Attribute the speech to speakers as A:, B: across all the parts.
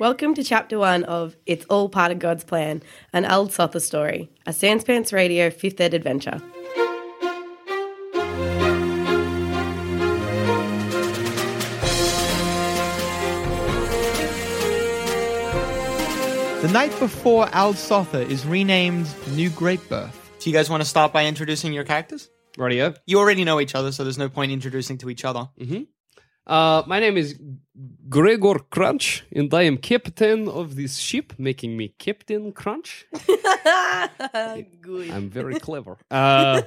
A: Welcome to Chapter 1 of It's All Part of God's Plan, an old Sotha story, a Sanspants Radio 5th Ed adventure.
B: The night before Al Sotha is renamed New Great Birth.
C: Do you guys want to start by introducing your characters?
D: Radio.
C: You already know each other, so there's no point introducing to each other.
D: Uh, my name is Gregor Crunch, and I am captain of this ship, making me Captain Crunch.
A: Good.
D: I'm very clever. Uh,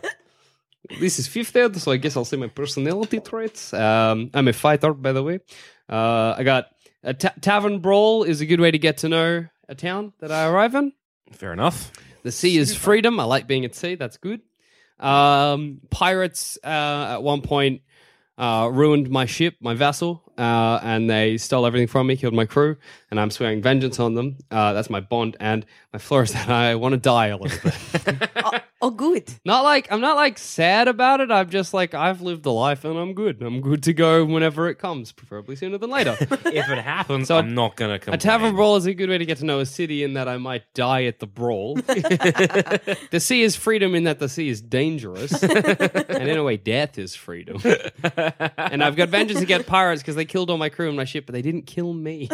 D: this is fifth ed, so I guess I'll say my personality traits. Um, I'm a fighter, by the way. Uh, I got a ta- tavern brawl is a good way to get to know a town that I arrive in.
E: Fair enough.
D: The sea is freedom. I like being at sea. That's good. Um, pirates uh, at one point uh, ruined my ship, my vessel, uh, and they stole everything from me, killed my crew, and I'm swearing vengeance on them. Uh, that's my bond, and my flaw is that I want to die a little bit.
A: Oh, good.
D: not like I'm not like sad about it. I'm just like I've lived a life and I'm good. I'm good to go whenever it comes, preferably sooner than later.
E: If it happens,
D: So
E: I'm not gonna complain.
D: A tavern brawl is a good way to get to know a city in that I might die at the brawl. the sea is freedom in that the sea is dangerous. and in a way, death is freedom. and I've got vengeance against pirates because they killed all my crew and my ship, but they didn't kill me.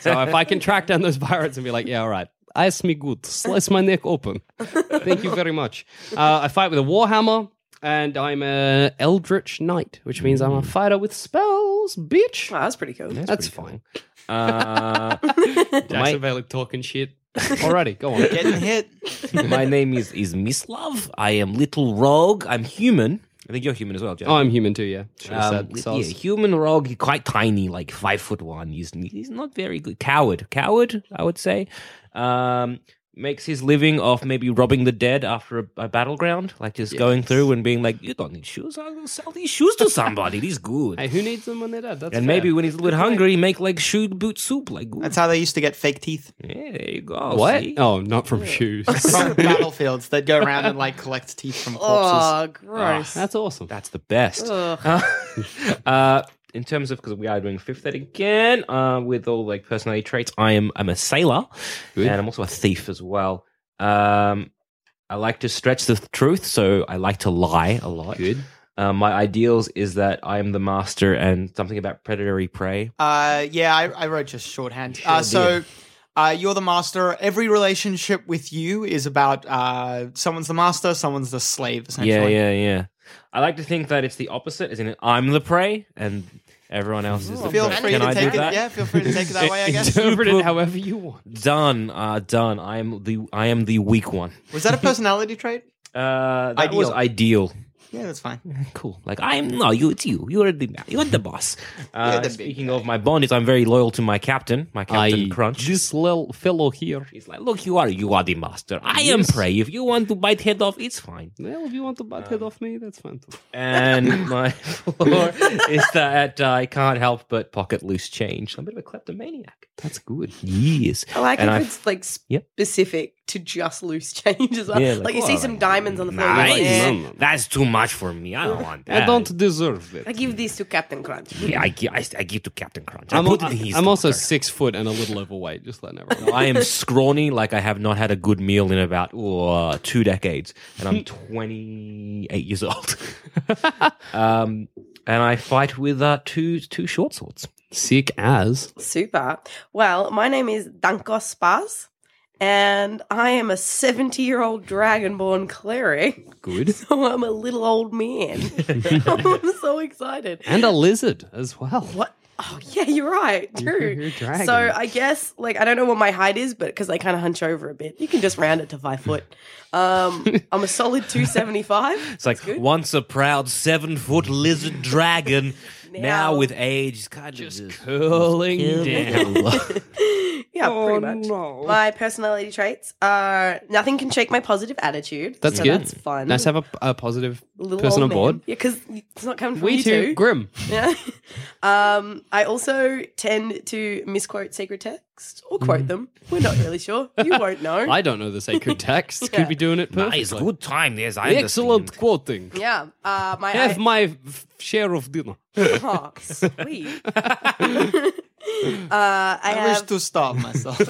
D: so if I can track down those pirates and be like, yeah, all right. Ice me good. Slice my neck open. Thank you very much. Uh, I fight with a warhammer, and I'm a eldritch knight, which means I'm a fighter with spells, bitch.
A: Wow, that's pretty cool.
D: That's fine.
E: Uh,
D: Jackson Vale talking shit. Alrighty, go on.
C: Getting hit.
E: my name is is Miss Love. I am Little Rogue. I'm human. I think you're human as well, Jack.
D: Oh, I'm human too, yeah. Should have
E: Um,
D: said.
E: li-
D: So I
E: yeah,
D: was-
E: human rogue, quite tiny, like five foot one. He's he's not very good. Coward, coward, I would say. Um, makes his living off maybe robbing the dead after a, a battleground, like just going through and being like, "You don't need shoes. I will sell these shoes to somebody. These good."
D: Hey, who needs them when they're dead? That's
E: and
D: fair.
E: maybe when he's a little bit hungry, make like shoe boot soup. Like, ooh,
C: That's how they used to get fake teeth
E: yeah, there you go.
D: what?
E: see?
D: Oh, not from shoes.
C: from battlefields. They'd go around and like collect teeth from corpses.
A: Oh, gross.
D: That's awesome.
E: That's the best.
A: Ugh.
E: uh, in terms of because we are doing fifth ed again uh, with all like personality traits, I am I'm a sailor
D: Good.
E: and I'm also a thief as well. Um, I like to stretch the truth, so I like to lie a lot.
D: Good.
E: Uh, my ideals is that I am the master and something about predatory prey.
C: Uh, yeah, I, I wrote just shorthand. Uh, so uh, you're the master. Every relationship with you is about uh, someone's the master, someone's the slave, essentially.
E: Yeah, yeah, yeah. I like to think that it's the opposite, as in I'm the prey and everyone else is the
C: Feel
E: prey.
C: free
E: Can
C: to
E: I do
C: take it.
E: that?
C: Yeah, feel free to take it that way. I guess.
D: Interpret it however you want.
E: Done, uh, done. I am the I am the weak one.
C: Was that a personality trait?
E: Uh, that was
C: Ideal.
E: ideal.
C: Yeah, that's fine.
E: Cool. Like I'm no, you. It's you. You're the you're the boss. Uh,
C: You're the big
E: speaking of my bond, is I'm very loyal to my captain, my captain
D: I-
E: Crunch.
D: This little fellow here.
E: He's like, look, you are you are the master. I am prey. If you want to bite head off, it's fine.
D: Well, if you want to butt
E: Um,
D: head off me, that's fine. too.
E: And my flaw is that I can't help but pocket loose change. I'm a bit of a kleptomaniac.
D: That's good.
E: Yes.
A: I like
E: and
A: if
E: I-
A: it's like
E: Yep.
A: specific to just loose change as well.
E: Yeah,
A: like,
E: like,
A: you see
E: well,
A: some diamonds on the floor. you're
E: Nice.
A: Like, eh,
D: No, no, no.
E: That's too much for me. I don't want that.
D: I don't deserve
A: I
D: it.
A: give this to Captain Crunch.
E: Yeah, I, gi- I, I give to Captain Crunch. I
D: I'm,
E: put
D: al-
E: it in his
D: I'm also
E: locker.
D: six foot and a little overweight. Just letting everyone know.
E: I am scrawny, like I have not had a good meal in about oh, two decades, and I'm 28 years old. um, and I fight with uh, two two short swords.
D: Sick as.
A: Super. Well, my name is Dankos Spaz, and I am a 70 year old dragonborn cleric.
D: Good.
A: So I'm a little old man. I'm so excited.
D: And a lizard as well.
A: What? Oh yeah, you're right. True.
D: you're a dragon.
A: So I guess like I don't know what my height is, but because I kind of hunch over a bit, you can just round it to five foot. Um, I'm a solid two seventy five.
E: It's like once a proud seven foot lizard dragon. Now,
A: Now-
E: with age, he's kind of just
D: Curling down.
A: Yeah,
D: oh,
A: pretty much. My personality traits are nothing can shake my positive attitude.
D: That's
A: so
D: good.
A: That's fun.
D: Nice to have a, a positive
A: Little
D: person
A: old
D: on
A: man.
D: board.
A: Yeah, because it's not coming from
D: We
A: you
D: too.
A: two.
D: Grim.
A: Yeah. um, I also tend to misquote sacred text or quote them. We're not really sure. You won't know.
D: Mm. I don't know the sacred text. Could be doing it perfectly.
E: Nice, good time. Yes, I
D: Excellent
E: understand.
D: quoting.
A: yeah. Uh, my
D: Have
A: I-
D: my f- share of dinner.
A: Oh, sweet. uh, I,
C: I wish
A: have
C: to stop myself.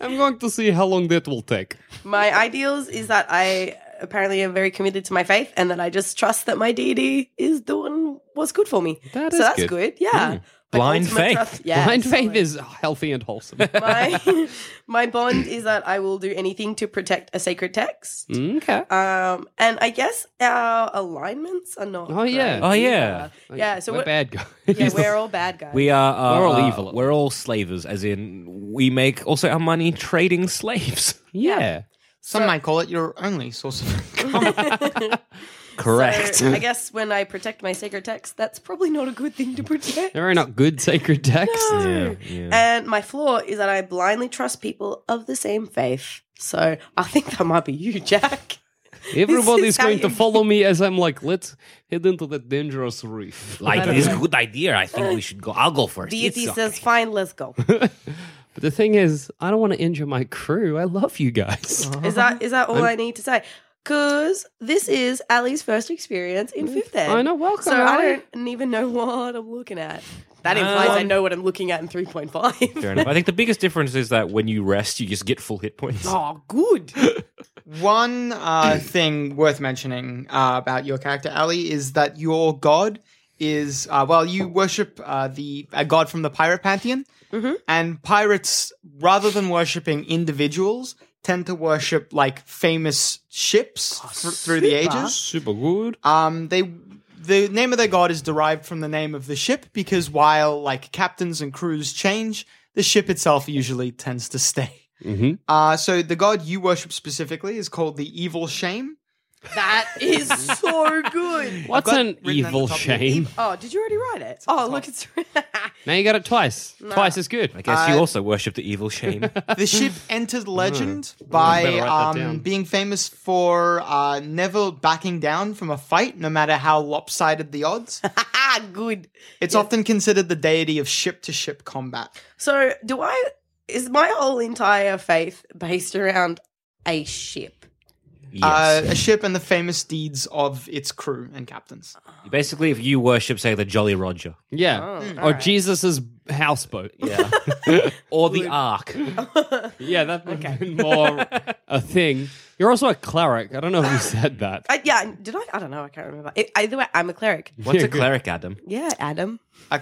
D: I'm going to see how long that will take.
A: my ideals is that I apparently am very committed to my faith and that I just trust that my deity is doing what's good for me.
D: That
A: so
D: is
A: that's
D: good.
A: good. Yeah. But
E: Blind
A: ultimate
E: faith.
A: yeah,
D: Blind faith
A: solid.
D: is healthy and wholesome.
A: my my bond is that I will do anything to protect a sacred text.
D: Hmm. okay.
A: Um, and I guess our alignments are not.
D: Oh, yeah.
A: great
E: Oh,
A: either.
E: yeah.
A: yeah. So
D: we're
A: we're,
D: bad guys.
A: yeah, we're all bad guys.
E: We are uh,
D: We're all
E: uh,
D: evil.
E: We're all slavers, as in we make also our money trading slaves.
D: yeah.
C: Some might call it your only source of income.
E: Correct.
A: So I guess when I protect my sacred text, that's probably not a good thing to protect.
D: There are not good sacred texts.
E: yeah, yeah.
A: And my flaw is that I blindly trust people of the same faith. So I think that might be you, Jack.
D: Everybody's
A: how
D: going to
A: you-
D: follow me as I'm like, let's head into that dangerous reef.
E: Like this good idea. I think we should go. I'll go first.
A: Deity
E: It's
A: E says,
E: okay.
A: fine, let's go.
D: But the thing is, I don't want to injure my crew. I love you guys.
A: Is that is that all i need to say? Because this is Ali's first experience in fifth ed.
D: I know, welcome,
A: So
D: Ali.
A: I don't even know what I'm looking at. That implies I know what I'm looking at in 3.5.
E: Fair enough. I think the biggest difference is that when you rest, you just get full hit points.
A: Oh, good.
C: One uh, thing worth mentioning uh, about your character, Ali, is that your god is, uh, well, you worship uh, the a god from the pirate pantheon, and pirates, rather than worshipping individuals, tend to worship like famous ships thr- through the ages.
D: Super good.
C: Um, they the name of their god is derived from the name of the ship because while like captains and crews change, the ship itself usually tends to stay.
D: Mhm.
C: Uh, so the god you worship specifically is called the Evil Shame.
A: That is so good.
D: What's
C: got
D: an
C: written on the
D: evil
C: top of it.
D: shame?
A: Oh, did you already write it? Oh, look, it's.
D: Now you got it twice. Twice is good.
E: I guess you also worship the evil shame.
A: Uh,
C: The ship entered legend by
D: Hmm. better write that down.
C: um, being famous for uh, never backing down from a fight, no matter how lopsided the odds.
A: ah, good.
C: It's often considered the deity of ship to ship combat.
A: So, do I. Is my whole entire faith based around a ship?
E: yes.
C: Uh, a ship and the famous deeds of its crew and captains.
E: Basically, if you worship, say, the Jolly Roger
D: Yeah.
C: Oh,
D: or
A: alright.
D: Jesus's houseboat. Yeah.
E: or the Ark,
D: yeah, that would be more a thing. You're also a cleric. I don't know if you said that.
A: I, Uh, yeah, did I? I don't know. I can't remember. I either way, I'm a cleric.
D: Mm-hmm.
E: what's a cleric, Adam?
A: Yeah, Adam.
C: A,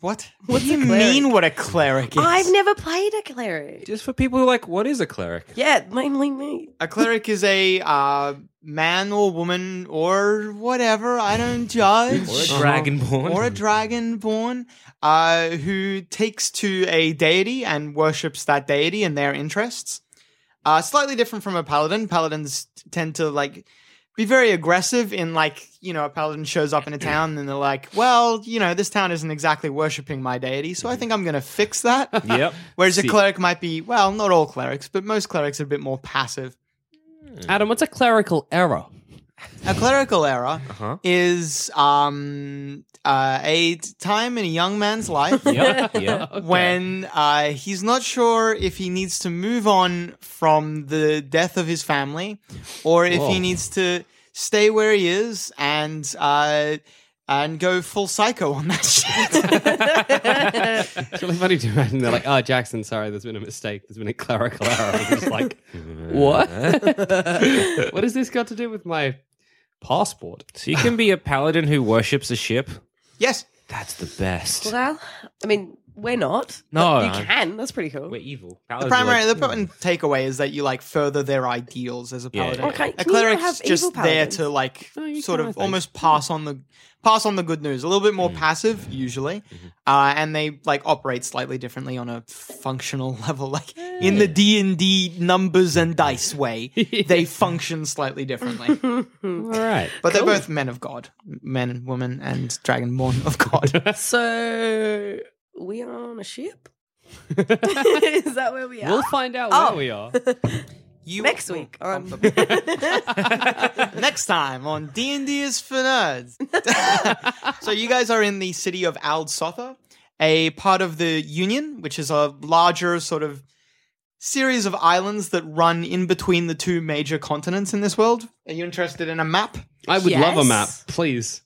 C: what?
A: What's
C: what do
A: a
C: you
A: cleric?
C: mean what a cleric is?
A: I've never played a cleric.
E: Just for people who are like, what is a cleric?
A: Yeah, mainly me.
C: a cleric is a uh, man or woman or whatever, I don't judge.
E: Uh-huh. Or a dragonborn?
C: Or a dragonborn uh, who takes to a deity and worships that deity and their interests. Uh, slightly different from a paladin. Paladins t- tend to like be very aggressive in like you know a paladin shows up in a town and they're like, well, you know this town isn't exactly worshiping my deity, so I think I'm going to fix that.
E: Yep.
C: Whereas
E: See.
C: a cleric might be well, not all clerics, but most clerics are a bit more passive.
D: Adam, what's a clerical error?
C: A clerical error is um, uh, a t- time in a young man's life
E: Yep. yep.
C: when uh, he's not sure if he needs to move on from the death of his family or if he needs to stay where he is and uh, and go full psycho on that shit.
D: It's really funny to imagine they're like, oh, Jackson, sorry, there's been a mistake. There's been a clerical error. I'm just like, what? what has this got to do with my passport?
E: So you can be a paladin who worships a ship.
C: yes.
E: That's the best.
A: Well, I mean, We're not.
E: No,
A: But
E: no.
A: you can. That's pretty cool.
E: We're evil.
C: The primary, the important takeaway is that you like further their ideals as a
E: Yeah,
C: paladin.
E: yeah. Okay,
C: A
A: can you not
C: cleric's
A: have evil
C: just there
A: paladins? Oh,
C: to like
D: No, you
C: sort
D: can, I
C: of
D: think.
C: almost pass on the pass on the good news. A little bit more passive usually, uh, and they like operate slightly differently on a functional level. Like in the D and D numbers and dice way, they function slightly differently.
D: All right.
C: But they're both men of God, men and women, and dragonborn of God.
A: So we are on a ship. Is that where we are?
D: We'll find out
A: Oh.
D: where we are.
C: You
A: Next week um, on
C: Next time on D and D is for nerds. so you guys are in the city of Al Sotha, a part of the Union, which is a larger sort of series of islands that run in between the two major continents in this world. Are you interested in a map?
D: I would love a map,
A: Yes.
D: please.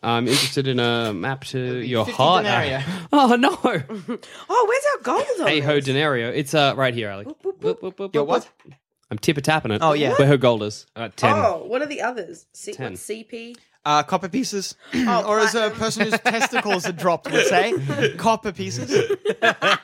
D: I'm interested in a map to your
C: 50
D: heart.
C: denarii.
D: Oh no!
A: Oh, where's our gold? on
D: hey ho,
A: this?
D: denario. It's uh right here, Alec. Boop, boop, boop,
C: Your
D: boop,
C: what?
D: boop. I'm tipper tapping it.
C: Oh, yeah.
D: Where her gold is. Uh, ten.
A: Oh, what are the others? C-
D: Ten.
A: what, CP?
C: Uh, copper pieces, or as a
A: Oh, platinum.
C: person whose testicles are dropped would say, copper pieces,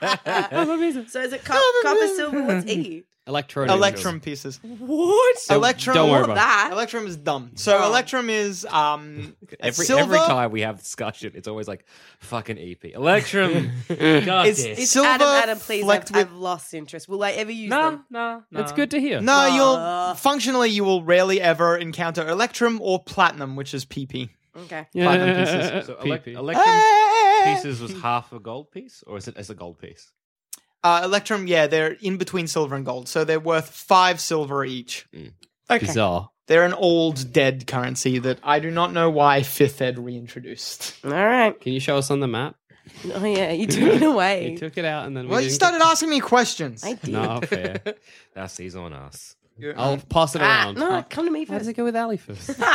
A: So is it cop- copper, silver? What's E?
D: Electron.
C: electrum pieces.
A: What?
C: Electrum.
D: Don't worry about it.
A: that.
C: Electrum is dumb. So Electrum is um
E: Every,
C: silver.
E: every time we have discussion, it's always like fucking EP. Electrum. God
C: It's-
E: damn.
C: it's-
A: It's
C: Silver
A: Adam, Adam, please. I've,
C: flecked with-
A: I've lost interest. Will I ever use
E: Nah,
A: them?
E: nah, nah.
D: It's good to hear.
C: no,
A: Uh.
C: you'll functionally you will rarely ever encounter Electrum or Platinum, which is PP.
A: Okay.
C: Platinum
D: Yeah.
C: pieces.
E: So
D: Pee-
E: elec-
D: pee.
E: Electrum
D: Ah!
E: pieces was half a gold piece, or is it as a gold piece?
C: Uh, Electrum, yeah, they're in between silver and gold, so they're worth five silver each.
D: Bizarre.
C: They're an old dead currency that I do not know why Fifth Ed reintroduced.
A: All right.
D: Can you show us on the map?
A: Oh yeah, you took it
D: You
A: away.
D: took it out and then.
C: Well,
D: we
C: you
D: didn't
C: started asking me questions.
A: I did.
D: Get... No, fair.
E: That's he's on us.
D: I'll pass it
A: Ah,
D: around.
A: no, come to me
D: How does
A: first.
D: it go with Ali first?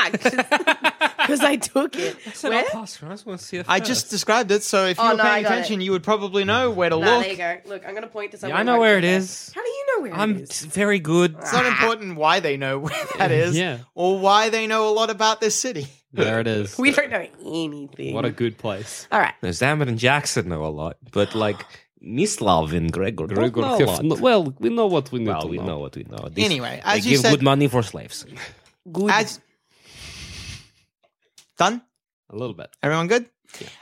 A: Because I took it. Where?
E: pass I just want to see.
C: I just described it, so if you
A: Oh,
C: were
A: no, I
C: paying
A: got it.
C: attention, you would probably know where to
A: Nah,
C: look.
A: there you go. Look, I'm gonna point to something.
E: Yeah, I know where it is.
A: How do you know where
E: I'm
A: it is?
E: t- very good.
C: It's not important why they know where that is,
D: Yeah.
C: or why they know a lot about this city.
D: there it is.
A: We don't know anything.
D: What a good place.
A: All right.
E: No, Zamet and Jackson know a lot, but like Mislav and Gregor, don't
D: Gregor
E: know a
D: Cliff-
E: lot.
D: no- Well, we know what we need
E: well,
D: to
E: we
D: know.
E: know what we know. This-
C: Anyway,
E: they
C: as you
E: give
C: said,
E: good money for slaves.
A: Good.
C: as done.
D: A little bit.
C: Everyone good?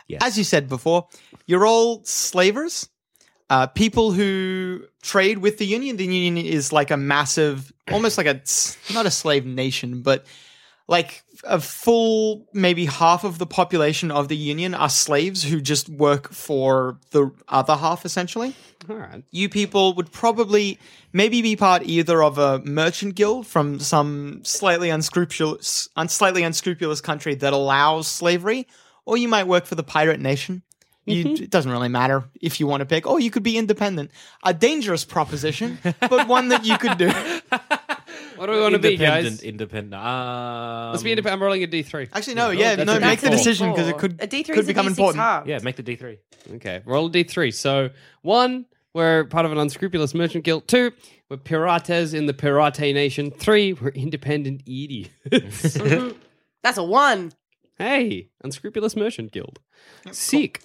E: Yes.
C: As you said before, you're all slavers, uh, people who trade with the union. The union is like a massive, almost like a s- not a slave nation, but like a full maybe half of the population of the union are slaves who just work for the other half essentially
D: All right.
C: you people would probably maybe be part either of a merchant guild from some slightly unscrupulous, un- slightly unscrupulous country that allows slavery, or you might work for the pirate nation. You,
A: Mm-hmm.
C: It doesn't really matter if you want to pick, or you could be independent. A dangerous proposition, but one that you could do.
D: What do we want to be, guys?
E: Independent, independent. Um,
D: Let's be independent. I'm rolling a D3.
C: Actually, no, yeah,
D: that's
C: no,
D: a
C: make the
D: D4.
C: decision because it could
A: a D3
C: could
A: is
C: become
A: a D6
C: important.
A: half.
E: Yeah, make the D three.
D: Okay, roll a d3. So, one, we're part of an unscrupulous merchant guild. Two, we're pirates in the pirate nation. Three, we're independent idiots.
A: That's a one.
D: hey, unscrupulous merchant guild. Seek.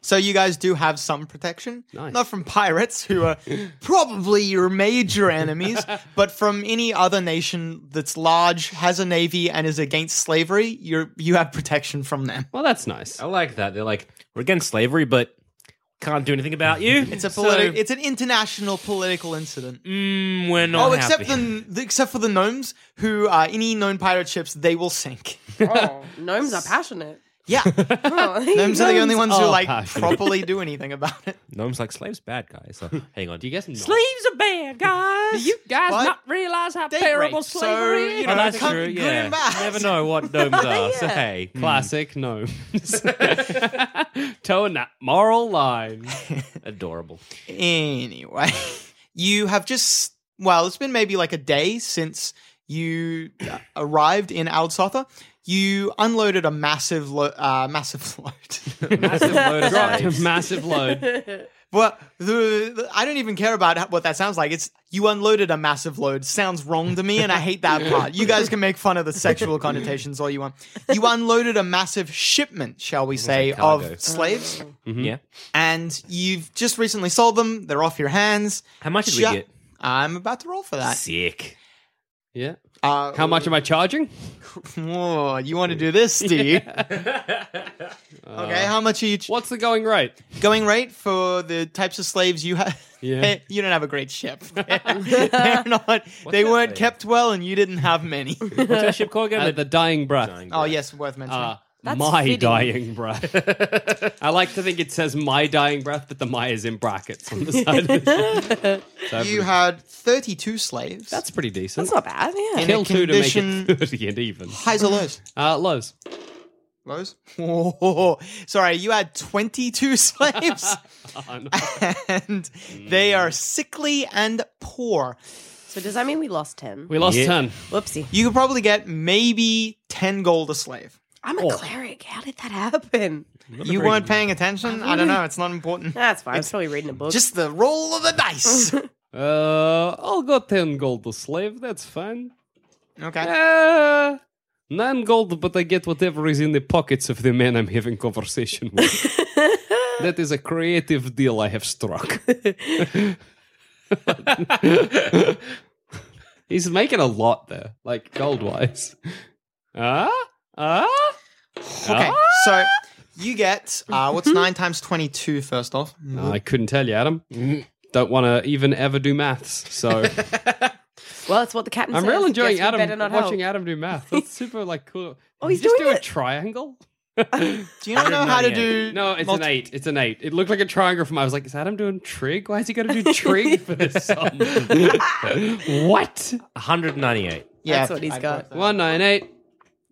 C: So you guys do have some protection,
D: Nice.
C: not from pirates who are probably your major enemies, but from any other nation that's large, has a navy, and is against slavery. You you have protection from them.
D: Well, that's nice.
E: I like that. They're like we're against slavery, but can't do anything about you.
C: It's a
E: So,
C: politi- It's an international political incident.
E: mm, we're not.
C: Oh, except
E: happy.
C: the, the except for the gnomes, who uh, any known pirate ships they will sink.
A: Oh, gnomes are passionate.
C: Yeah, gnomes
A: Oh,
C: are the only ones who
E: Oh,
D: are
C: like
D: passionate.
C: properly do anything about it.
E: gnomes like slaves bad guys. So, hang on.
D: Do you guys know?
E: Slaves are bad guys.
C: you guys But- not
E: realize how
C: Date terrible rape, so, slavery you is? know,
E: oh, that's
C: come
E: true.
C: good
E: Yeah,
C: and bad.
E: You never know what gnomes are. So hey,
D: Classic no. Toeing that moral line.
E: adorable.
C: Anyway, you have just well, it's been maybe like a day since you uh, arrived in Aldsotha. You unloaded a massive, lo- uh, massive load.
E: Massive load of
D: Dropped a
E: slaves.
D: massive load
C: But the, the- I don't even care about what that sounds like. It's you unloaded a massive load. Sounds wrong to me, and I hate that part. You guys can make fun of the sexual connotations all you want. You unloaded a massive shipment, shall we say,
E: cargo.
C: of slaves,
E: Yeah.
C: and you've just recently sold them. They're off your hands.
E: How much did
C: Ju-
E: we get?
C: I'm about to roll for that.
E: Sick.
D: Yeah.
C: Uh,
D: How much am I charging?
C: Whoa, you want to do this, do you? okay, how much are you ch-
D: What's the going rate?
C: going rate for the types of slaves you have?
D: Yeah.
C: you don't have a great ship. They're not, they
E: that
C: weren't
E: thing?
C: kept well, and you didn't have many.
E: What's our ship called again?
C: Uh,
D: At the dying breath.
C: oh, yes, worth mentioning.
D: Uh,
A: That's
D: my
A: fitting.
D: dying breath. I like to think it says my dying breath, but the my is in brackets on the side. of the- so
C: you had 32 slaves.
D: that's pretty decent.
A: That's not bad. Yeah.
C: In
D: Kill
C: a
D: two to make
C: condition-
D: it 30 and even.
C: highs or lows.
D: Uh, lows.
C: Lows? Whoa. Sorry, you had 22 slaves, and they are sickly and poor.
A: So does that mean we lost ten?
D: We lost
E: Yeah.
D: 10.
A: Whoopsie.
C: You could probably get maybe 10 gold a slave.
A: I'm a
C: Oh.
A: cleric. How did that happen?
C: You weren't paying attention? I don't know. It's not important.
A: That's fine. I was probably reading a book.
C: Just the roll of the dice.
D: Uh, I'll go 10 gold a slave. That's fine.
C: Okay.
D: Uh, 9 gold, but I get whatever is in the pockets of the man I'm having conversation with. that is a creative deal I have struck. He's making a lot there, like gold wise. Ah? Ah?
C: Okay. So you get uh, what's 9 times 22 first off?
D: No, I couldn't tell you, Adam.
A: Mm.
D: Don't want to even ever do maths, so
A: well, it's what the captain
D: I'm
A: says.
D: real
A: Guess
D: enjoying
A: we better
D: Adam
A: not
D: watching
A: help.
D: Adam do math. That's super like cool.
A: Oh, he's
D: Just
A: doing
D: do a
A: it.
D: triangle.
C: Do you not know how to
E: 198.
C: do.
D: No, it's
C: multi-
D: an eight. It's an eight. It looked like a triangle from. I was like, is Adam doing trig? Why is he got to do trig for this sum? what?
E: 198.
C: Yeah,
A: That's what he's got.
D: One nine eight.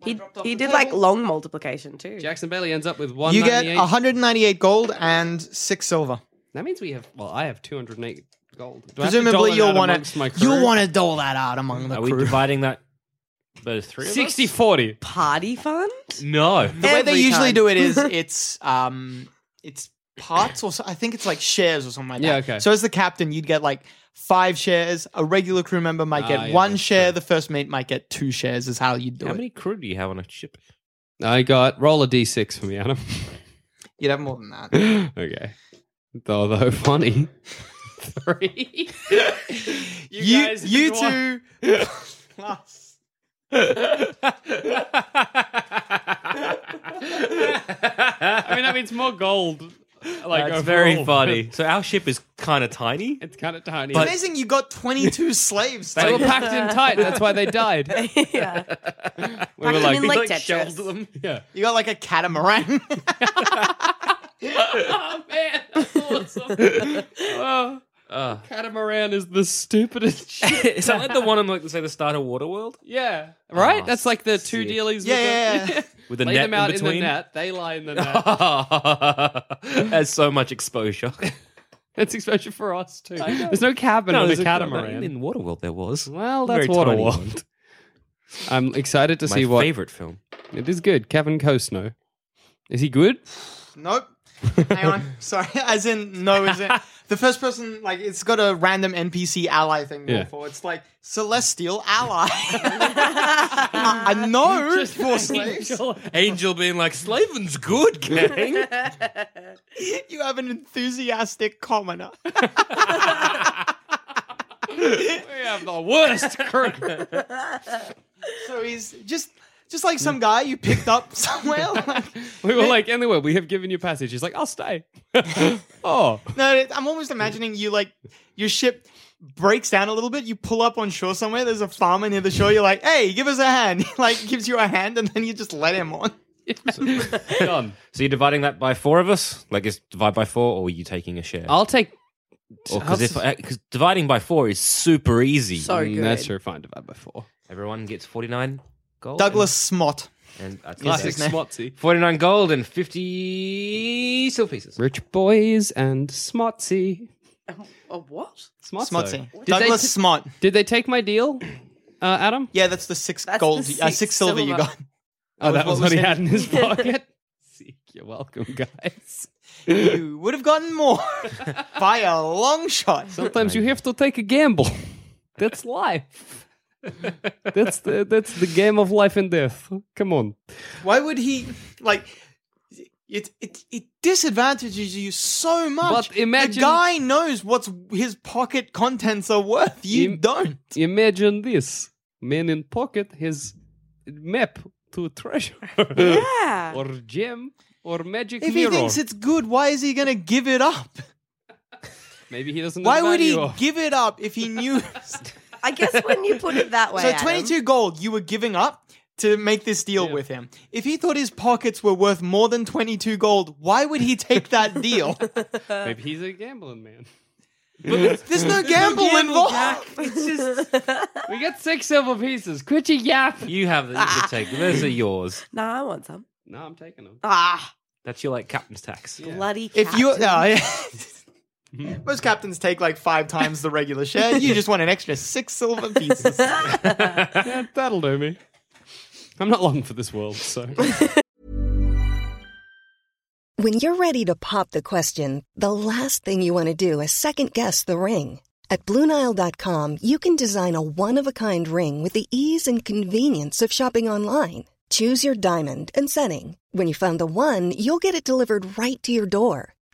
A: He, he did like long multiplication too.
D: Jackson Bailey ends up with one
C: You
D: ninety
C: get
D: eight.
C: 198 gold and 6 silver.
D: That means we have. Well, I have two hundred eight gold. Do I have to dole
C: Presumably
D: it
C: you'll
D: out
C: want
D: amongst my
C: to you'll
D: crew? Uh,
C: want to dole that out among the
E: Are we
C: crew.
E: dividing that? Those three. of us?
D: 60 40.
A: Party fund?
E: No.
C: the way they
A: Every
C: usually
A: time.
C: do it is it's um it's parts or so, I think it's like shares or something like that.
D: Yeah, okay.
C: So as the captain, you'd get like five shares. A regular crew member might get
D: Ah, yeah,
C: one
D: that's
C: share. The first mate might get two shares. Is how you do
E: How
C: it.
E: many crew do you have on a ship?
D: I got. Roll a d6 for me, Adam.
C: You'd have more than that.
D: okay. Though, though, funny. Three.
C: you
D: guys
C: you
D: can wa-
C: two. plus-
D: I mean, that means more gold. Like
E: That's
D: overall.
E: very funny. So our ship is kind of tiny.
D: It's kind of tiny.
C: It's amazing you got 22 slaves.
D: they were
C: like-
D: packed in tight. That's why they died.
A: yeah.
D: We were
A: them
D: like,
A: in like Tetris.
D: shelved them. Yeah.
C: you got like a catamaran.
D: Oh man, that's awesome. oh,
E: Uh,
D: catamaran is the stupidest. shit.
E: is that like the one on like say the start of Waterworld
D: Yeah. Right.
E: Oh,
D: that's like the two dealies.
C: yeah, yeah,
D: with the-
C: yeah.
E: with the
D: Lay
E: net
D: them out
E: in
D: in, the
E: between? Oh.
D: net. They lie in the net.
E: Has so much exposure.
D: That's exposure for us too. There's no cabin on a
E: there's
D: catamaran.
E: in Waterworld there was.
D: Well,
E: Very
D: that's
E: tiny
D: Waterworld. I'm excited to
E: My
D: see what
E: favorite film.
D: It is good. Kevin Costner. Is he good?
C: Nope. Hang on. Sorry. As in, no, is it? The first person, like, it's got a random NPC ally thing
D: Yeah.
C: for. It's like celestial ally. I I know. for slaves.
E: Angel being like, Slavin's good, gang.
C: You have an enthusiastic commoner.
D: We have the worst crew.
C: So he's just just like some guy you picked up somewhere. Like,
D: we were like, anyway, we have given you passage. He's like, I'll stay. oh.
C: no, I'm almost imagining you like your ship breaks down a little bit. You pull up on shore somewhere. There's a farmer near the shore. You're like, hey, give us a hand. He, like gives you a hand, and then you just let him on.
D: Done.
E: so you're dividing that by four of us? Like, is divide by four, or are you taking a share?
D: I'll take.
E: Because if because dividing by four is super easy.
A: So good.
D: Mm, That's your fine divide by four.
E: Everyone gets forty nine gold.
C: Douglas Smott.
E: Oh, and, and
D: Classic
E: classic.
D: Smotsy.
E: Forty nine gold and fifty silver pieces.
D: Rich boys and Smotsy.
A: A what?
D: Smotso.
C: Smotsy.
D: Did,
C: Douglas
D: they t-
C: Smott.
D: did they take my deal, uh, Adam?
C: Yeah, that's the six
A: That's
C: gold,
A: the
C: uh,
A: six
C: six silver, you
A: silver.
C: got.
D: Oh, that
C: What
D: was
C: was
D: what he
C: it?
D: had in his pocket. You're welcome, guys.
C: you would have gotten more by a long shot.
D: Sometimes you have to take a gamble. That's life. that's the that's the game of life and death. Come on.
C: Why would he like? It it it disadvantages you so much.
D: But imagine-
C: the guy knows what's his pocket contents are worth. You
D: Im-
C: don't.
D: Imagine this: man in pocket has map to treasure,
A: Yeah.
D: or gem, or magic
C: If he
D: mirror.
C: thinks it's good, why is he gonna give it up?
D: Maybe he doesn't. know
C: Why
D: the
C: would he
D: value of-
C: give it up if he knew?
A: I guess when you put it that way.
C: so
A: Adam,
C: twenty-two gold you were giving up to make this deal
D: Yeah.
C: with him. If he thought his pockets were worth more than twenty-two gold, why would he take that deal?
D: Maybe he's a gambling man.
C: There's no gamble involved.
D: We got six silver pieces. Quit your yap.
E: You have you can take them. Those are yours.
A: No, I want some.
D: No, I'm taking them.
A: Ah,
E: That's your like captain's tax.
A: bloody.
C: If you, uh,
A: captain.
C: no, most captains take like five times the regular share. You just want an extra six silver pieces.
D: Yeah, that'll do me. I'm not long for this world, so.
F: When you're ready to pop the question, the last thing you want to do is second guess the ring. At Bluenile.com, you can design a one of a kind ring with the ease and convenience of shopping online. Choose your diamond and setting. When you find the one, you'll get it delivered right to your door.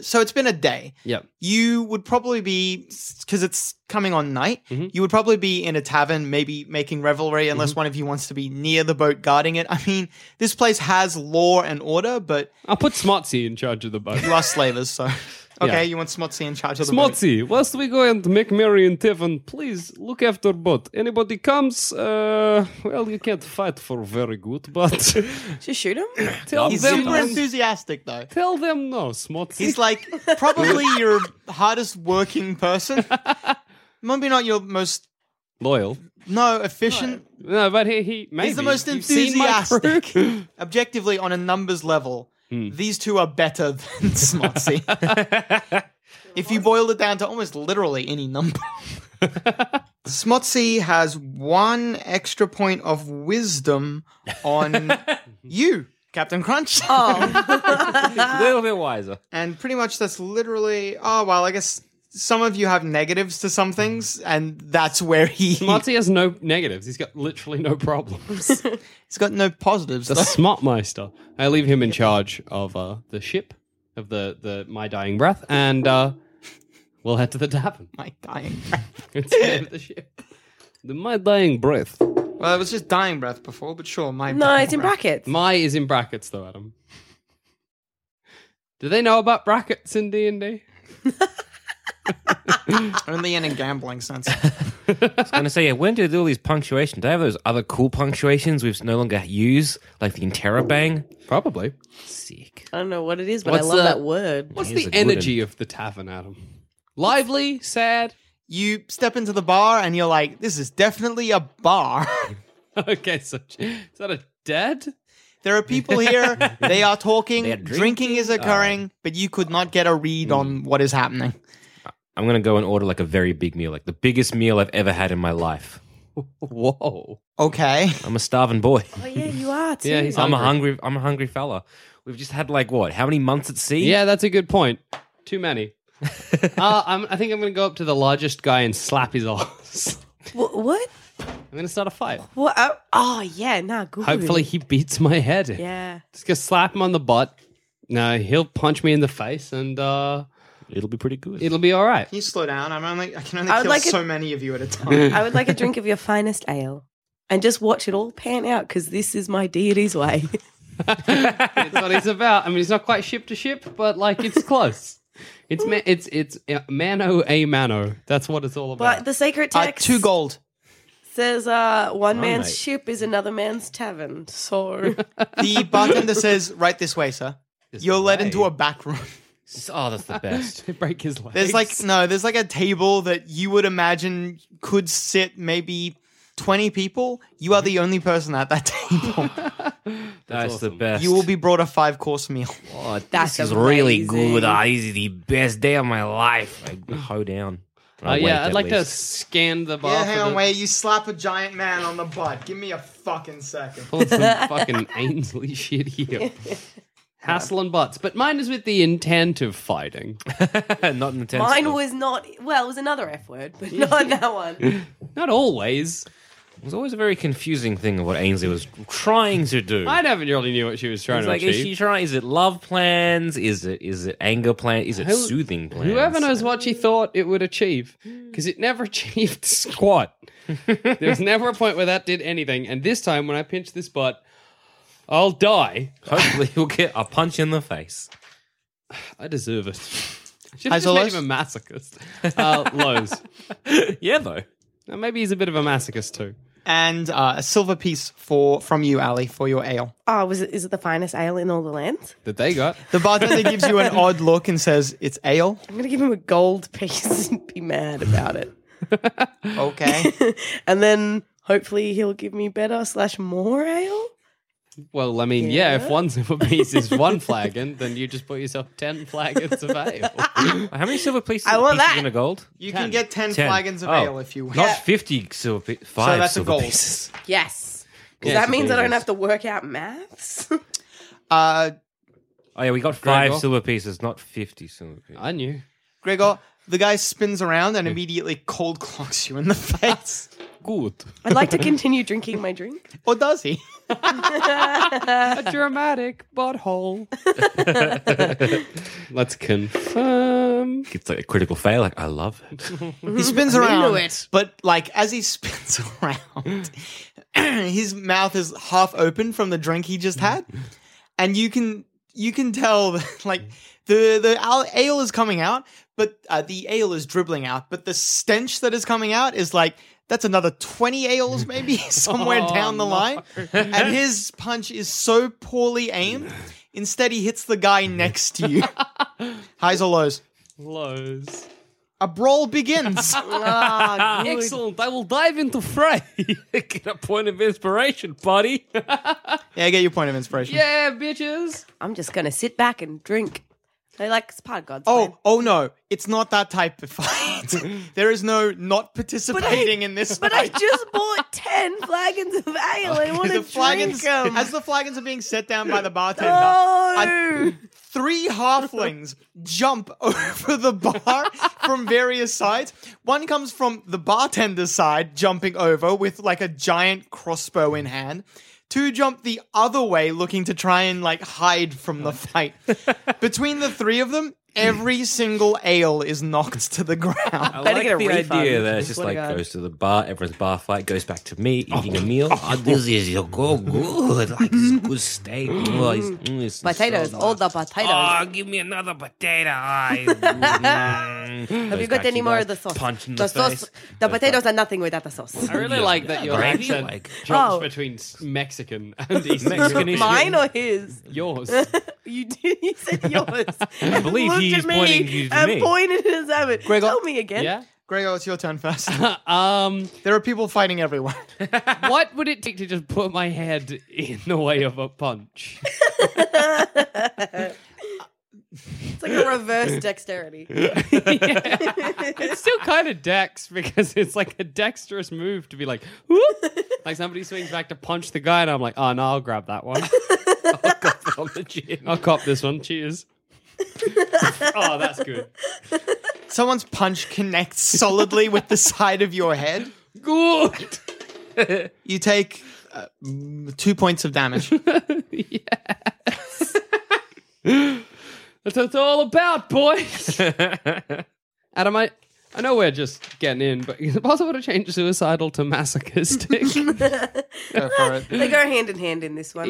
C: So it's been a day.
D: Yep.
C: You would probably be because it's coming on night.
D: Mm-hmm.
C: You would probably be in a tavern, maybe making revelry, unless one of you wants to be near the boat guarding it. I mean, this place has law and order, but
D: I'll put Smotsy in charge of the boat.
C: you are slavers, so okay.
D: Yeah.
C: You want Smotsy in charge of the boat?
D: Smotsy, whilst we go and make merry in Tevin, please look after boat. Anybody comes, uh, well, you can't fight for very good, but
A: Just shoot him.
D: tell
C: He's
D: them
C: super enthusiastic though.
D: tell them no, Smotsy.
C: He's like probably your hardest working person. Maybe not your most
D: loyal.
C: no efficient.
D: No, but he, he maybe.
C: He's the most
D: You've seen my
C: enthusiastic.
D: crew?
C: Objectively, on a numbers level, these two are better than Smotsy. if you boiled it down to almost literally any number. Smotsy has one extra point of wisdom on you, Captain Crunch.
A: Oh.
E: A little bit wiser.
C: And pretty much that's literally, oh, well, I guess some of you have negatives to some things, and that's where he,
D: Smotsy has no negatives. He's got literally no problems.
C: he's got no positives.
D: the Smartmeister. I leave him in charge of uh, the ship, of the, the my dying breath, and uh, we'll head to the tavern.
C: My dying
D: It's the name of the ship. The my dying breath.
C: Well, it was just dying breath before, but sure, my
A: No,
C: dying
A: it's in
C: breath.
A: brackets.
D: My is in brackets though, Adam. Do they know about brackets in D and D?
C: Only in a gambling sense.
E: I was gonna say, yeah, when did all these punctuations? Do they have those other cool punctuations we no longer use, like the interrobang?
D: Probably.
E: Sick.
A: I don't know what it is, but
D: What's
A: I love
D: the-
A: that word.
D: What's
E: Here's
D: the
E: a good
D: energy of the tavern, Adam? Lively, sad.
C: you step into the bar and you're like, this is definitely a bar.
D: okay, so is that a dead?
C: there are people here, they are talking,
E: They're
C: drinking, Uh, hmm. is
E: drinking,
C: occurring, but you could not get a read on what is happening.
E: I'm gonna go and order like a very big meal, like the biggest meal I've ever had in my life.
D: Whoa.
C: Okay.
E: I'm a starving boy.
A: Oh yeah, you are too.
D: Yeah, he's
E: I'm a hungry. I'm a hungry fella. We've just had like what? How many months at sea?
D: Yeah, that's a good point. Too many. uh, I'm, I think I'm going to go up to the largest guy and slap his ass.
A: Wha- what?
D: I'm going to start a fight.
A: What? Oh, oh, yeah, nah, good.
D: Hopefully, he beats my head.
A: Yeah.
D: Just going to slap him on the butt. No, he'll punch me in the face and uh,
E: it'll be pretty good.
D: it'll be all right.
C: Can you slow down? I'm only I can only
A: I would
C: kill
A: like it-
C: so many of you at a time.
A: I would like a drink of your finest ale and just watch it all pan out because this is my deity's way.
D: it's what it's about. I mean, it's not quite ship to ship, but like it's close. It's ma- it's it's uh, mano a mano. That's what it's all about.
A: But the sacred
C: uh,
A: text
C: two gold.
A: says uh, one man's
E: mate.
A: ship is another man's tavern. So
C: The bartender says, "Right this way, sir." You're led into a back room.
E: Oh, that's the best.
D: They break his legs.
C: There's like no, there's like a table that you would imagine could sit maybe 20 people. You are the only person at that table.
E: That's the best.
C: you will be brought a five course meal.
E: Oh,
A: That's
E: this is really
A: amazing.
E: good. Ah, this is the best day of my life. I hoe down.
D: Oh yeah, I'd like to scan the bar.
C: Yeah,
D: for
C: hang on,
D: the-
C: wait. You slap a giant man on the butt. Give me a fucking second.
D: pulling some fucking Ainsley shit here. Hassle and butts, but mine is with the intent of fighting.
E: to not intense.
A: mine was not. Well, it was another F word, but not that one.
D: Not always.
E: It was always a very confusing thing of what Ainsley was trying to do.
D: I never really knew what she was trying
E: Hmm. It's
D: to
E: like, is she
D: achieve.
E: trying? Is it love plans? Is it is it anger plan? Is it
D: Who-
E: soothing plans?
D: Whoever knows what she thought it would achieve,
E: Hmm.
D: because it never achieved squat. there was never a point where that did anything, and this time when I pinch this butt, I'll die.
E: Hopefully, you'll get a punch in the face.
D: I deserve it. Should
C: Highs or
D: have
C: lows?
D: just made him a masochist. Uh, lows.
E: yeah, though.
D: Now, maybe he's a bit of a masochist too.
C: And uh, a silver piece for from you, Ali, for your ale.
A: Oh, was it? Is it the finest ale in all the land?
D: That they got.
C: The bartender gives you an odd look and says, "It's ale."
A: I'm gonna give him a gold piece and be mad about it,
C: Okay.
A: and then hopefully he'll give me better slash more ale.
D: Well, I mean, yeah, if one silver piece is one flagon, then you just put yourself 10 flagons of ale.
E: How many silver pieces?
A: I want
E: pieces
A: that.
E: in a gold.
C: You can get 10,
E: Ten.
C: flagons of
E: Oh,
C: ale if you
E: Not
C: wish.
E: fifty silver. Pi- five
C: that's a
E: silver
C: gold.
E: pieces.
A: Yes. 'Cause
D: Yes,
A: that means I don't
E: Jesus.
A: have to work out maths.
C: Uh,
E: Oh yeah, we got five
D: Gregor?
E: silver pieces, not fifty silver pieces.
D: I knew.
C: Gregor, the guy spins around and immediately cold clocks you in the face.
D: Good.
A: I'd like to continue drinking my drink.
C: or does he?
D: A dramatic butthole. Let's confirm.
E: It's like a critical fail. Like I love it.
C: He spins around. But like as he spins around, his mouth is half open from the drink he just had. And you can you can tell that, like the the al- ale is coming out, but uh, the ale is dribbling out, but the stench that is coming out is like that's another 20 ales maybe somewhere down the line. And his punch is so poorly aimed. Instead he hits the guy next to you. Highs or lows?
D: Lows.
C: A brawl begins.
A: Ah,
D: Excellent. I will dive into fray.
E: Get a point of inspiration, buddy.
C: yeah, get your point of inspiration.
D: yeah, bitches.
A: I'm just gonna sit back and drink. They like it's part of God's plan.
C: Oh, oh no, it's not that type of fight. there is no not participating in this
A: But I
C: fight.
A: just bought ten flagons of ale. I want to
C: the
A: drink
C: flagons,
A: them.
C: as the flagons are being set down by the bartender,
A: No.
C: three halflings jump over the bar from various sides. One comes from the bartender's side, jumping over with like a giant crossbow in hand. Two jump the other way, looking to try and like hide from the fight. Between the three of them, every single ale is knocked to the ground.
E: I
A: Better
E: like
A: get a
E: the
A: refund.
E: idea that it's just
A: Swear to
E: like
A: God.
E: goes to the bar, everyone's bar fight, goes back to me eating a meal. Oh, this is so good, like this is good steak. Oh, it's- mm, it's so
A: Potatoes, all the potatoes.
E: Oh, give me another potato. mm, Have
A: Have you got any more of the sauce?
E: Punch in
A: the
E: the,
A: sauce.
E: face.
A: The potatoes are nothing without the sauce.
D: I really like that your
E: Gravy,
D: accent
E: like-
D: jumps
A: Oh.
D: between s- Mexican and Eastern European.
E: Mexican is
A: Mine or his?
D: Yours.
A: You did. You said yours. I
E: believe
A: looked
E: he
A: at
E: is
A: me
E: pointing you to
A: and
E: me.
A: pointed at his oven. Tell me again.
D: Yeah.
C: Gregor, it's your turn first.
D: Um.
C: There are people fighting everyone.
D: what would it take to just put my head in the way of a punch?
A: It's like a reverse dexterity.
D: It's still kind of dex because it's like a dexterous move to be like, whoop. Like somebody swings back to punch the guy, and I'm like, oh no, I'll grab that one.
E: I'll cop it on the chin.
D: I'll cop this one. Cheers. oh, that's good.
C: Someone's punch connects solidly with the side of your head.
D: Good.
C: You take uh, mm, two points of damage.
D: That's what it's all about, boys. Adam, I, I know we're just getting in, but is it possible to change suicidal to masochistic?
C: Go for it.
A: They go hand in hand in this one.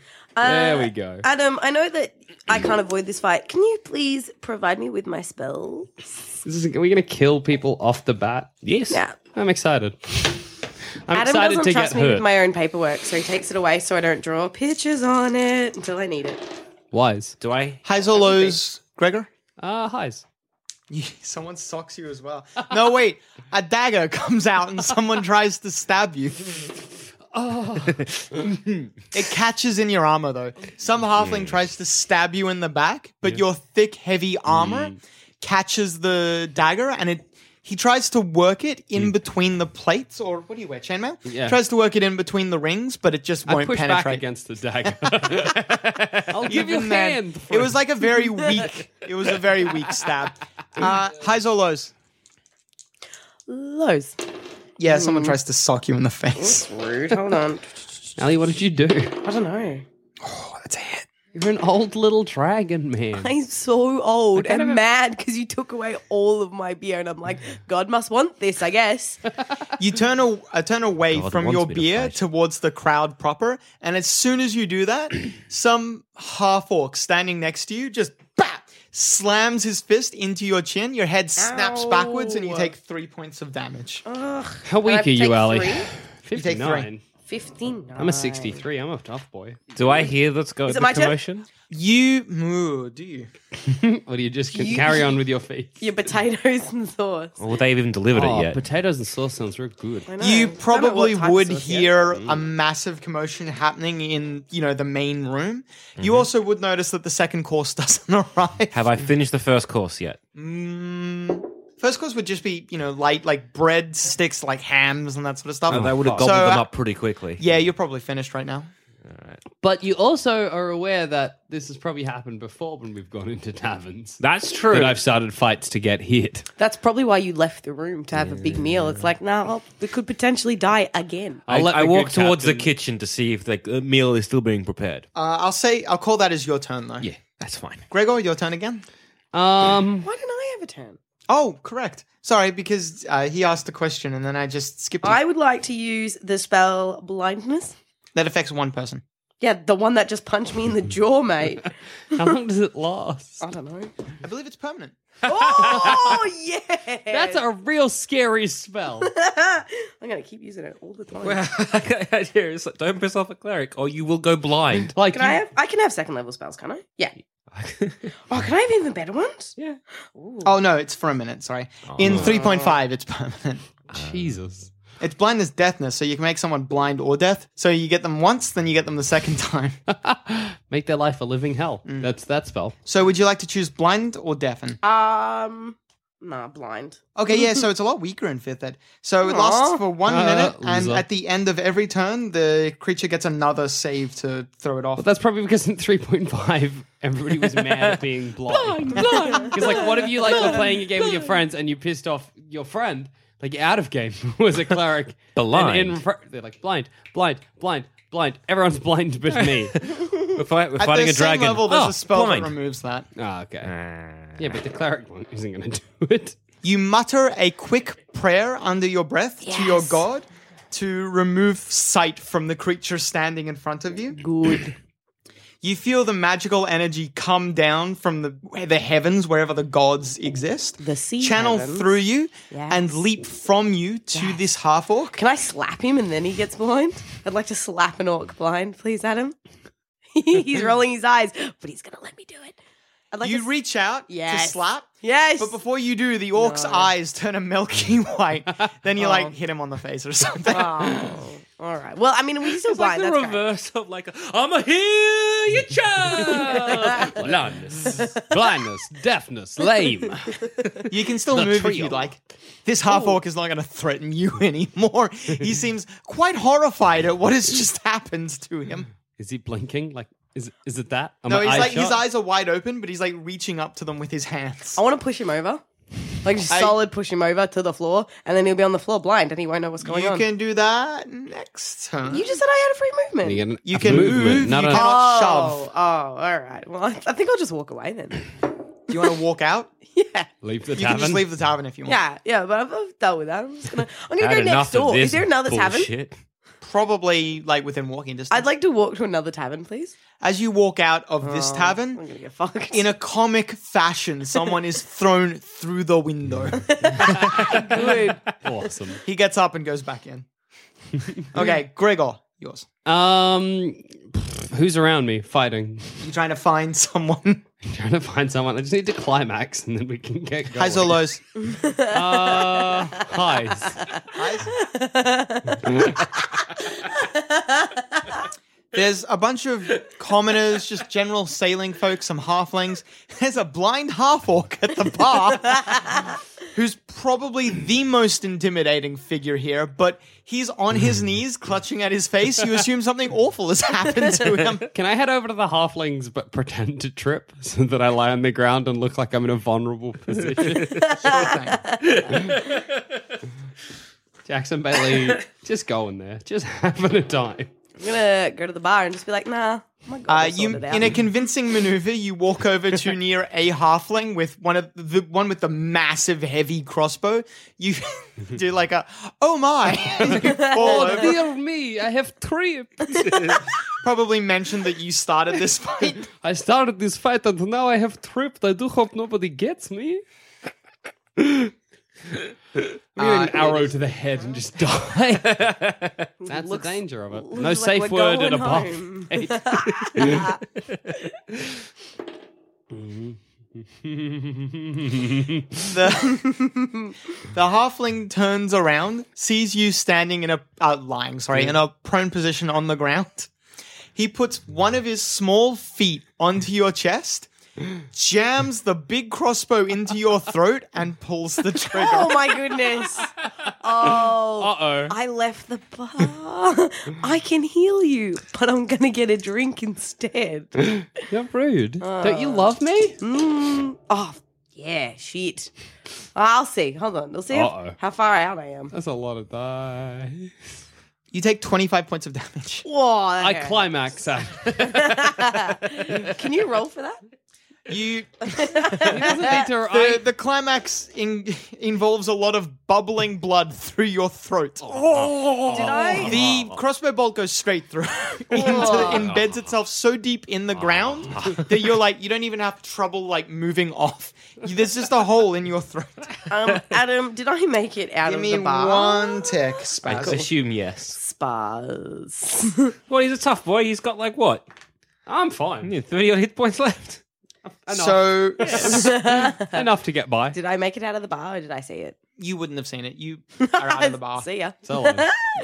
A: Uh,
D: exactly. there we go.
A: Adam, I know that I can't avoid this fight. Can you please provide me with my spell?
D: This is, are we going to kill people off the bat?
E: Yes.
A: Yeah.
D: I'm excited. I'm
A: Adam
D: excited
A: doesn't
D: to
A: trust
D: get
A: me
D: hurt.
A: with my own paperwork, so he takes it away so I don't draw pictures on it until I need it.
D: Wise.
E: Do I?
C: Highs or lows, Gregor?
D: Uh, highs.
C: Someone socks you as well. No, wait. A dagger comes out and someone tries to stab you.
D: Oh.
C: it catches in your armor though. Some
D: Mm.
C: halfling tries to stab you in the back, but your thick, heavy armor
D: Mm.
C: catches the dagger, and it. He tries to work it in between the plates, or what do you wear? Chainmail.
D: Mm. Yeah.
C: Tries to work it in between the rings, but it just won't
D: I push
C: penetrate.
D: back against the dagger. I'll give you a
C: Even then,
D: hand.
C: It was like a very weak. It was a very weak stab. Uh, highs or lows?
A: Lows.
C: Yeah, someone tries to sock you in the face.
A: Rude. Hold on.
D: Ali, what did you do?
A: I don't know.
C: Oh, that's a hit.
D: You're an old little dragon man.
A: I'm so old
D: kind
A: and
D: of-
A: mad because you took away all of my beer, and I'm like, God must want this, I guess.
C: You turn a, uh, turn away
E: God
C: from
E: wants
C: your
E: me to
C: beer
E: fight.
C: towards the crowd proper, and as soon as you do that, some half orc standing next to you just bap slams his fist into your chin. Your head snaps backwards, and you
A: Ow.
C: take three points of damage.
D: How
A: I
D: weak are
A: take
D: you, Ali?
A: three?
C: You take three.
D: 59.
A: 59.
D: I'm a 63. I'm a tough boy.
E: Do I hear that's going
A: Is it
E: the
A: my turn?
E: commotion?
C: You ooh, do you?
D: Or do you just can carry on with your feet?
A: Your potatoes and sauce.
E: Or would they have even delivered it yet?
D: potatoes and sauce sounds real good.
A: I know.
C: You
A: Don't know
C: probably
A: what type
C: would
A: sauce yet.
C: hear a massive commotion happening in, you know, the main room. You also would notice that the second course doesn't arrive.
E: Mm-hmm. have I finished the first course yet?
C: First course would just be, you know, light like bread sticks, like hams and that sort of stuff.
E: Oh, they would have gobbled
C: So,
E: them
C: uh,
E: up pretty quickly.
C: Yeah, you're probably finished right now.
D: But you also are aware that this has probably happened before when we've gone into taverns.
E: That's true.
D: That I've started fights to get hit.
A: That's probably why you left the room to have a big meal. It's like, nah, I'll- we could potentially die again.
E: I,
D: let
E: I
D: the
E: walk
D: good
E: towards the
D: captain-
E: kitchen to see if the uh, meal is still being prepared.
C: Uh, I'll say I'll call that as your turn though.
E: yeah, that's fine.
C: Gregor, your turn again.
D: Um,
A: Why didn't I have a turn?
C: Oh, correct. Sorry, because uh, he asked the question and then I just skipped it.
A: I would like to use the spell blindness.
C: That affects one person.
A: Yeah, the one that just punched me in the jaw, mate.
D: how long does it last?
A: I don't know.
C: I believe it's permanent.
A: Oh yeah,
D: That's a real scary spell.
A: I'm gonna keep using it all the time.
E: idea is like, don't piss off a cleric or you will go blind.
D: Like
A: can I have? I can have second level spells, can I? Yeah. Oh, can I have even better ones? Yeah.
C: Oh no, it's for a minute, sorry.
E: Oh.
C: In three point five it's permanent.
D: Jesus.
C: It's blindness, deafness, so you can make someone blind or deaf. So you get them once, then you get them the second time.
D: Make their life a living hell. That's that spell.
C: so would you like to choose blind or deafen?
E: Uh,
A: Um, nah, blind.
C: Okay, yeah, so it's a lot weaker in fifth ed. So it lasts for one
D: Uh,
C: minute, and
D: loser.
C: at the end of every turn, the creature gets another save to throw it off.
D: But that's probably because in 3.5, everybody was mad at being blind. Because, like, what if you, like, were playing a game with your friends and you pissed off your friend, like, out of game, who was a cleric.
E: Blind.
D: And in fr- they're like, blind, blind, blind, blind. Everyone's blind but me.
E: We're, fi- we're
C: at
E: fighting
C: the
E: a
C: same
E: dragon.
C: level, there's
E: Oh,
C: a spell
E: blind.
C: that removes that.
D: Ah, okay. Yeah, but the cleric one isn't going to do it.
C: You mutter a quick prayer under your breath to your god to remove sight from the creature standing in front of you.
A: Good.
C: You feel the magical energy come down from the the heavens, wherever the gods exist.
A: The sea
C: channel
A: heavens.
C: through you and
A: Yes.
C: leap from you to this half orc.
A: Can I slap him and then he gets blind? I'd like to slap an orc blind, please, Adam. he's rolling his eyes, but he's gonna let me do it. I'd like
C: you
A: to s-
C: reach out
A: Yes.
C: to slap.
A: Yes.
C: But before you do, the orc's eyes turn a milky white. Then you like hit him on the face or something.
A: Oh, all right. Well, I mean, we still
E: It's like
A: blind.
E: the
A: That's great.
E: reverse of like, a, I'm a hero. your child.
D: Blindness, blindness, deafness, lame.
C: You can still
D: The
C: move if
D: trio.
C: you like. This half orc is not going to threaten you anymore. he seems quite horrified at what has just happened to him.
D: Is he blinking? Like, is is it that? Am
C: no,
D: I
C: he's
D: eyes
C: like his
D: shut?
C: eyes are wide open, but he's like reaching up to them with his hands.
A: I want to push him over. Like just
C: I-
A: solid push him over to the floor, and then he'll be on the floor blind, and he won't know what's going
C: you
A: on.
C: can do that next turn.
A: You just said I had a free movement.
D: You, get
C: You
D: a
C: can
D: movement,
C: move,
D: Not
C: you
D: a,
C: can't-
A: oh,
C: shove.
A: oh, all right. Well, I I think I'll just walk away then.
C: do you want to walk out?
A: yeah,
D: leave the
C: You can just
D: tavern.
C: leave the tavern if you want.
A: yeah, yeah. But I've, I've dealt with that. I'm just gonna. I'm gonna
E: Had
A: go
E: enough
A: next
E: of
A: door.
E: this
A: Is there another tavern?
E: bullshit.
C: Probably like within walking distance.
A: I'd like to walk to another tavern, please.
C: As you walk out of this
A: Oh,
C: tavern,
A: I'm gonna get fucked.
C: in a comic fashion, someone is thrown through the window.
A: good.
D: Awesome.
C: he gets up and goes back in. Okay, Gregor, yours.
D: Um, pff, who's around me fighting?
C: You trying to find someone?
D: trying to find someone. I just need to climax, and then we can get going.
C: Highs or lows?
D: Uh, highs.
C: Highs? There's a bunch of commoners, just general sailing folks, some halflings. There's a blind half orc at the bar who's probably the most intimidating figure here, but he's on his knees clutching at his face. You assume something awful has happened to him.
D: Can I head over to the halflings but pretend to trip so that I lie on the ground and look like I'm in a vulnerable position? Jackson Bailey, just going there, just having a time.
A: I'm gonna go to the bar and just be like, nah. My God,
C: Uh,
A: I'll
C: you,
A: sort it out.
C: in a convincing maneuver, you walk over to near a halfling with one of the one with the massive heavy crossbow. You do like a oh my, you fall over.
D: Dear me, I have tripped.
C: Probably mention that you started this fight.
D: I started this fight and now I have tripped. I do hope nobody gets me. Maybe
A: Uh,
D: an arrow to the head and just die. That's
A: Looks-
D: the danger of it.
A: looks
D: No
A: like
D: safe
A: we're
D: word at
A: going
D: a bar.
A: home.
C: The, the halfling turns around, sees you standing in a uh, lying, sorry, in a prone position on the ground. He puts one of his small feet onto your chest. Jams the big crossbow into your throat and pulls the trigger.
A: Oh my goodness. Oh.
D: Uh oh.
A: I left the bar. I can heal you, but I'm gonna get a drink instead.
D: You're rude. Don't you love me?
A: Mm. Oh, yeah, shit. I'll see. Hold on. We'll see if-
D: Uh-oh.
A: how far out I am.
D: That's a lot of die.
C: You take 25 points of damage.
A: Whoa. that
D: I
A: hurts.
D: climax at.
A: Can you roll for that?
C: You
D: He doesn't need to.
C: the,
D: I,
C: the climax in, involves a lot of bubbling blood through your throat.
A: Oh. Did I?
C: The crossbow bolt goes straight through, into, embeds itself so deep in the ground
A: Oh.
C: that you're like you don't even have trouble like moving off. You- There's just a hole in your throat.
A: Um, Adam, did I make it out
C: Give
A: of
C: me
A: the bar?
C: one tick,
E: I
C: Spaz.
E: assume yes.
A: Spas.
E: Well, he's a tough boy. He's got like what?
D: I'm fine.
E: Yeah, 30 odd hit points left.
C: So
A: Uh,
D: Enough to get by.
A: did I make it out of the bar or did I see it?
C: you wouldn't have seen it. You are out of the bar.
A: See ya.
D: So long.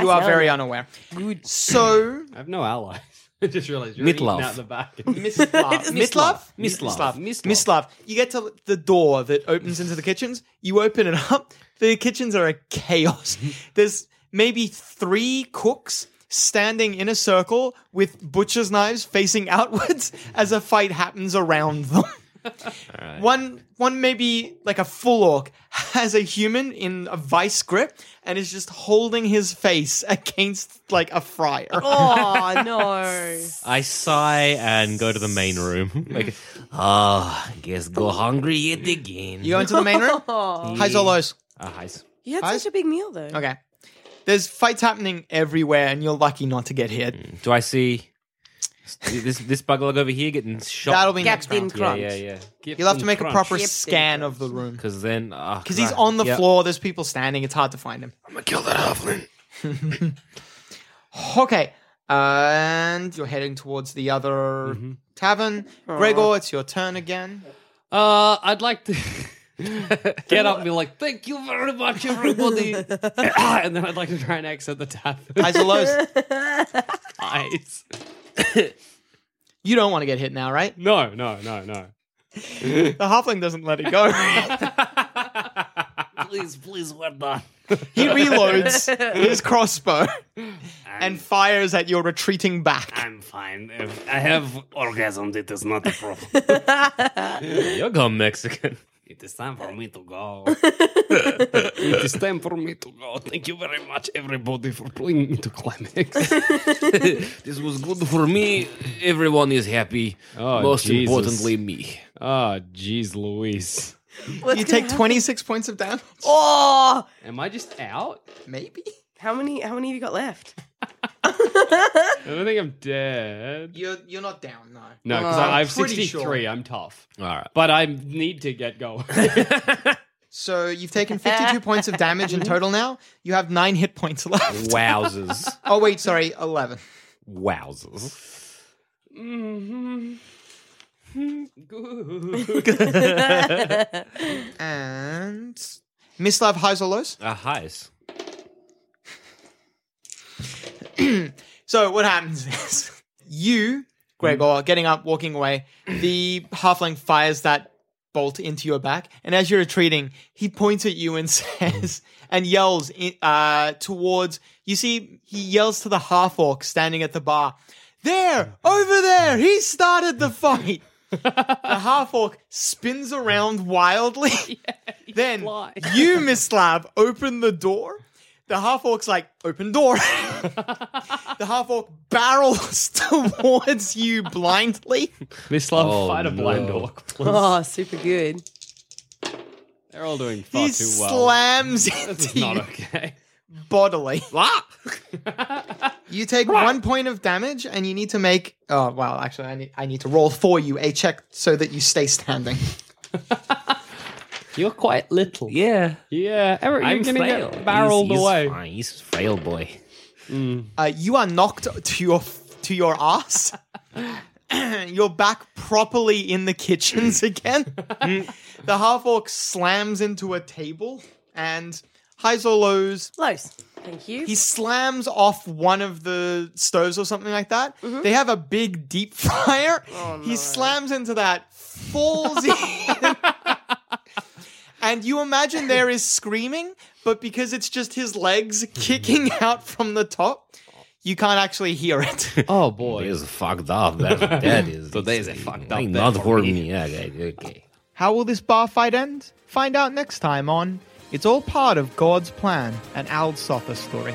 C: You are very unaware.
A: Good.
C: So
D: I have no allies. I just realized you're
E: Meatloaf.
D: eating out the back.
C: Mislav. Mislav?
E: Mislav.
C: Mislav. Mislav. You get to the door that opens into the kitchens. You open it up. The kitchens are a chaos. There's maybe three cooks standing in a circle with butcher's knives facing outwards as a fight happens around them. One, one maybe like a full orc has a human in a vice grip and is just holding his face against like a fryer.
A: Oh, no.
E: I sigh and go to the main room. like, ah, guess go hungry yet again.
C: You go into the main room. Highs or lows?
E: Ah, highs.
A: You had
C: I-
A: such a big meal, though.
C: Okay. There's fights happening everywhere, and you're lucky not to get hit.
E: Do I see this this buglug over here getting shot?
C: That'll be next
A: Captain
C: round.
A: Crunch.
E: yeah, yeah, yeah.
C: You'll have to make a proper
A: Yep.
C: scan of the room
E: Because then, ah, because
C: because he's on the floor. There's people standing. It's hard to find him.
E: I'm gonna kill that halfling.
C: Okay, and you're heading towards the other tavern. Gregor, it's your turn again.
D: Uh, I'd like to get up and be like, "Thank you very much, everybody," and then I'd like to try and exit the tavern.
C: Highs or lows?
D: Eyes.
C: You don't want to get hit now, right?
D: No, no, no, no.
C: The halfling doesn't let it go.
E: please, please, what the?
C: he reloads his crossbow and fires at your retreating back.
E: I'm fine. If I have orgasm. It is not a problem. You're gone Mexican. It is time for me to go.
D: It is time for me to go. Thank you very much, everybody, for pulling me to climax.
E: this was good for me. Everyone is happy.
D: Oh,
E: Most
D: Jesus.
E: importantly, me.
D: Ah, jeez, Louise.
A: What's
C: you
A: gonna
C: take
A: happen?
C: 26 points of damage?
A: Oh,
D: Am I just out?
C: Maybe.
A: how many? How many have you got left?
D: I don't think I'm dead.
C: You're, you're not down, no.
D: No, because
C: I'm
D: I have
C: pretty
D: 63.
C: sure.
D: I'm tough.
E: All right.
D: But I need to get going.
C: So you've taken 52 points of damage in total now. You have nine hit points left.
E: Wowzers.
C: Oh, wait, sorry, 11.
E: Wowzers.
C: And. Mislav highs or lows?
E: Uh, highs.
C: So what happens is you, Gregor, getting up, walking away, the halfling fires that bolt into your back, and as you're retreating, he points at you and says and yells in, uh, towards you see he yells to the half orc standing at the bar. There, over there, he started the fight. the half orc spins around wildly. then you, Miss Slab, open the door. The half orc's like, open door. The half orc barrels towards you blindly.
D: Miss Love,
E: Oh,
D: fight a blind
E: no.
D: orc, please.
A: Oh, super good.
D: They're all doing far
C: He
D: too well.
C: slams
D: That's
C: into
D: not
C: you
D: okay.
C: bodily. you take one point of damage, and you need to make. Oh well, actually, I need I need to roll for you a check so that you stay standing.
D: You're quite little. Yeah,
E: Yeah.
D: Eric,
E: I'm
D: you're going to
E: frail.
D: get barreled
E: he's, he's
D: away.
E: Fine. He's frail boy.
C: Uh, you are knocked to your to your ass. You're back properly in the kitchens again. the half orc slams into a table, and highs or lows,
A: Close. Thank you.
C: he slams off one of the stoves or something like that. They have a big deep fryer. He slams into that, falls in. And you imagine there is screaming, but because it's just his legs kicking out from the top, you can't actually hear it.
D: Oh, boy.
E: He's fucked up. That, that is.
D: Today's a fucked up
E: Like,
D: day
E: Not
D: for
E: for
D: me.
E: me. Okay. okay.
C: How will this bar fight end? Find out next time on It's All Part of God's Plan, an Al Sotha story.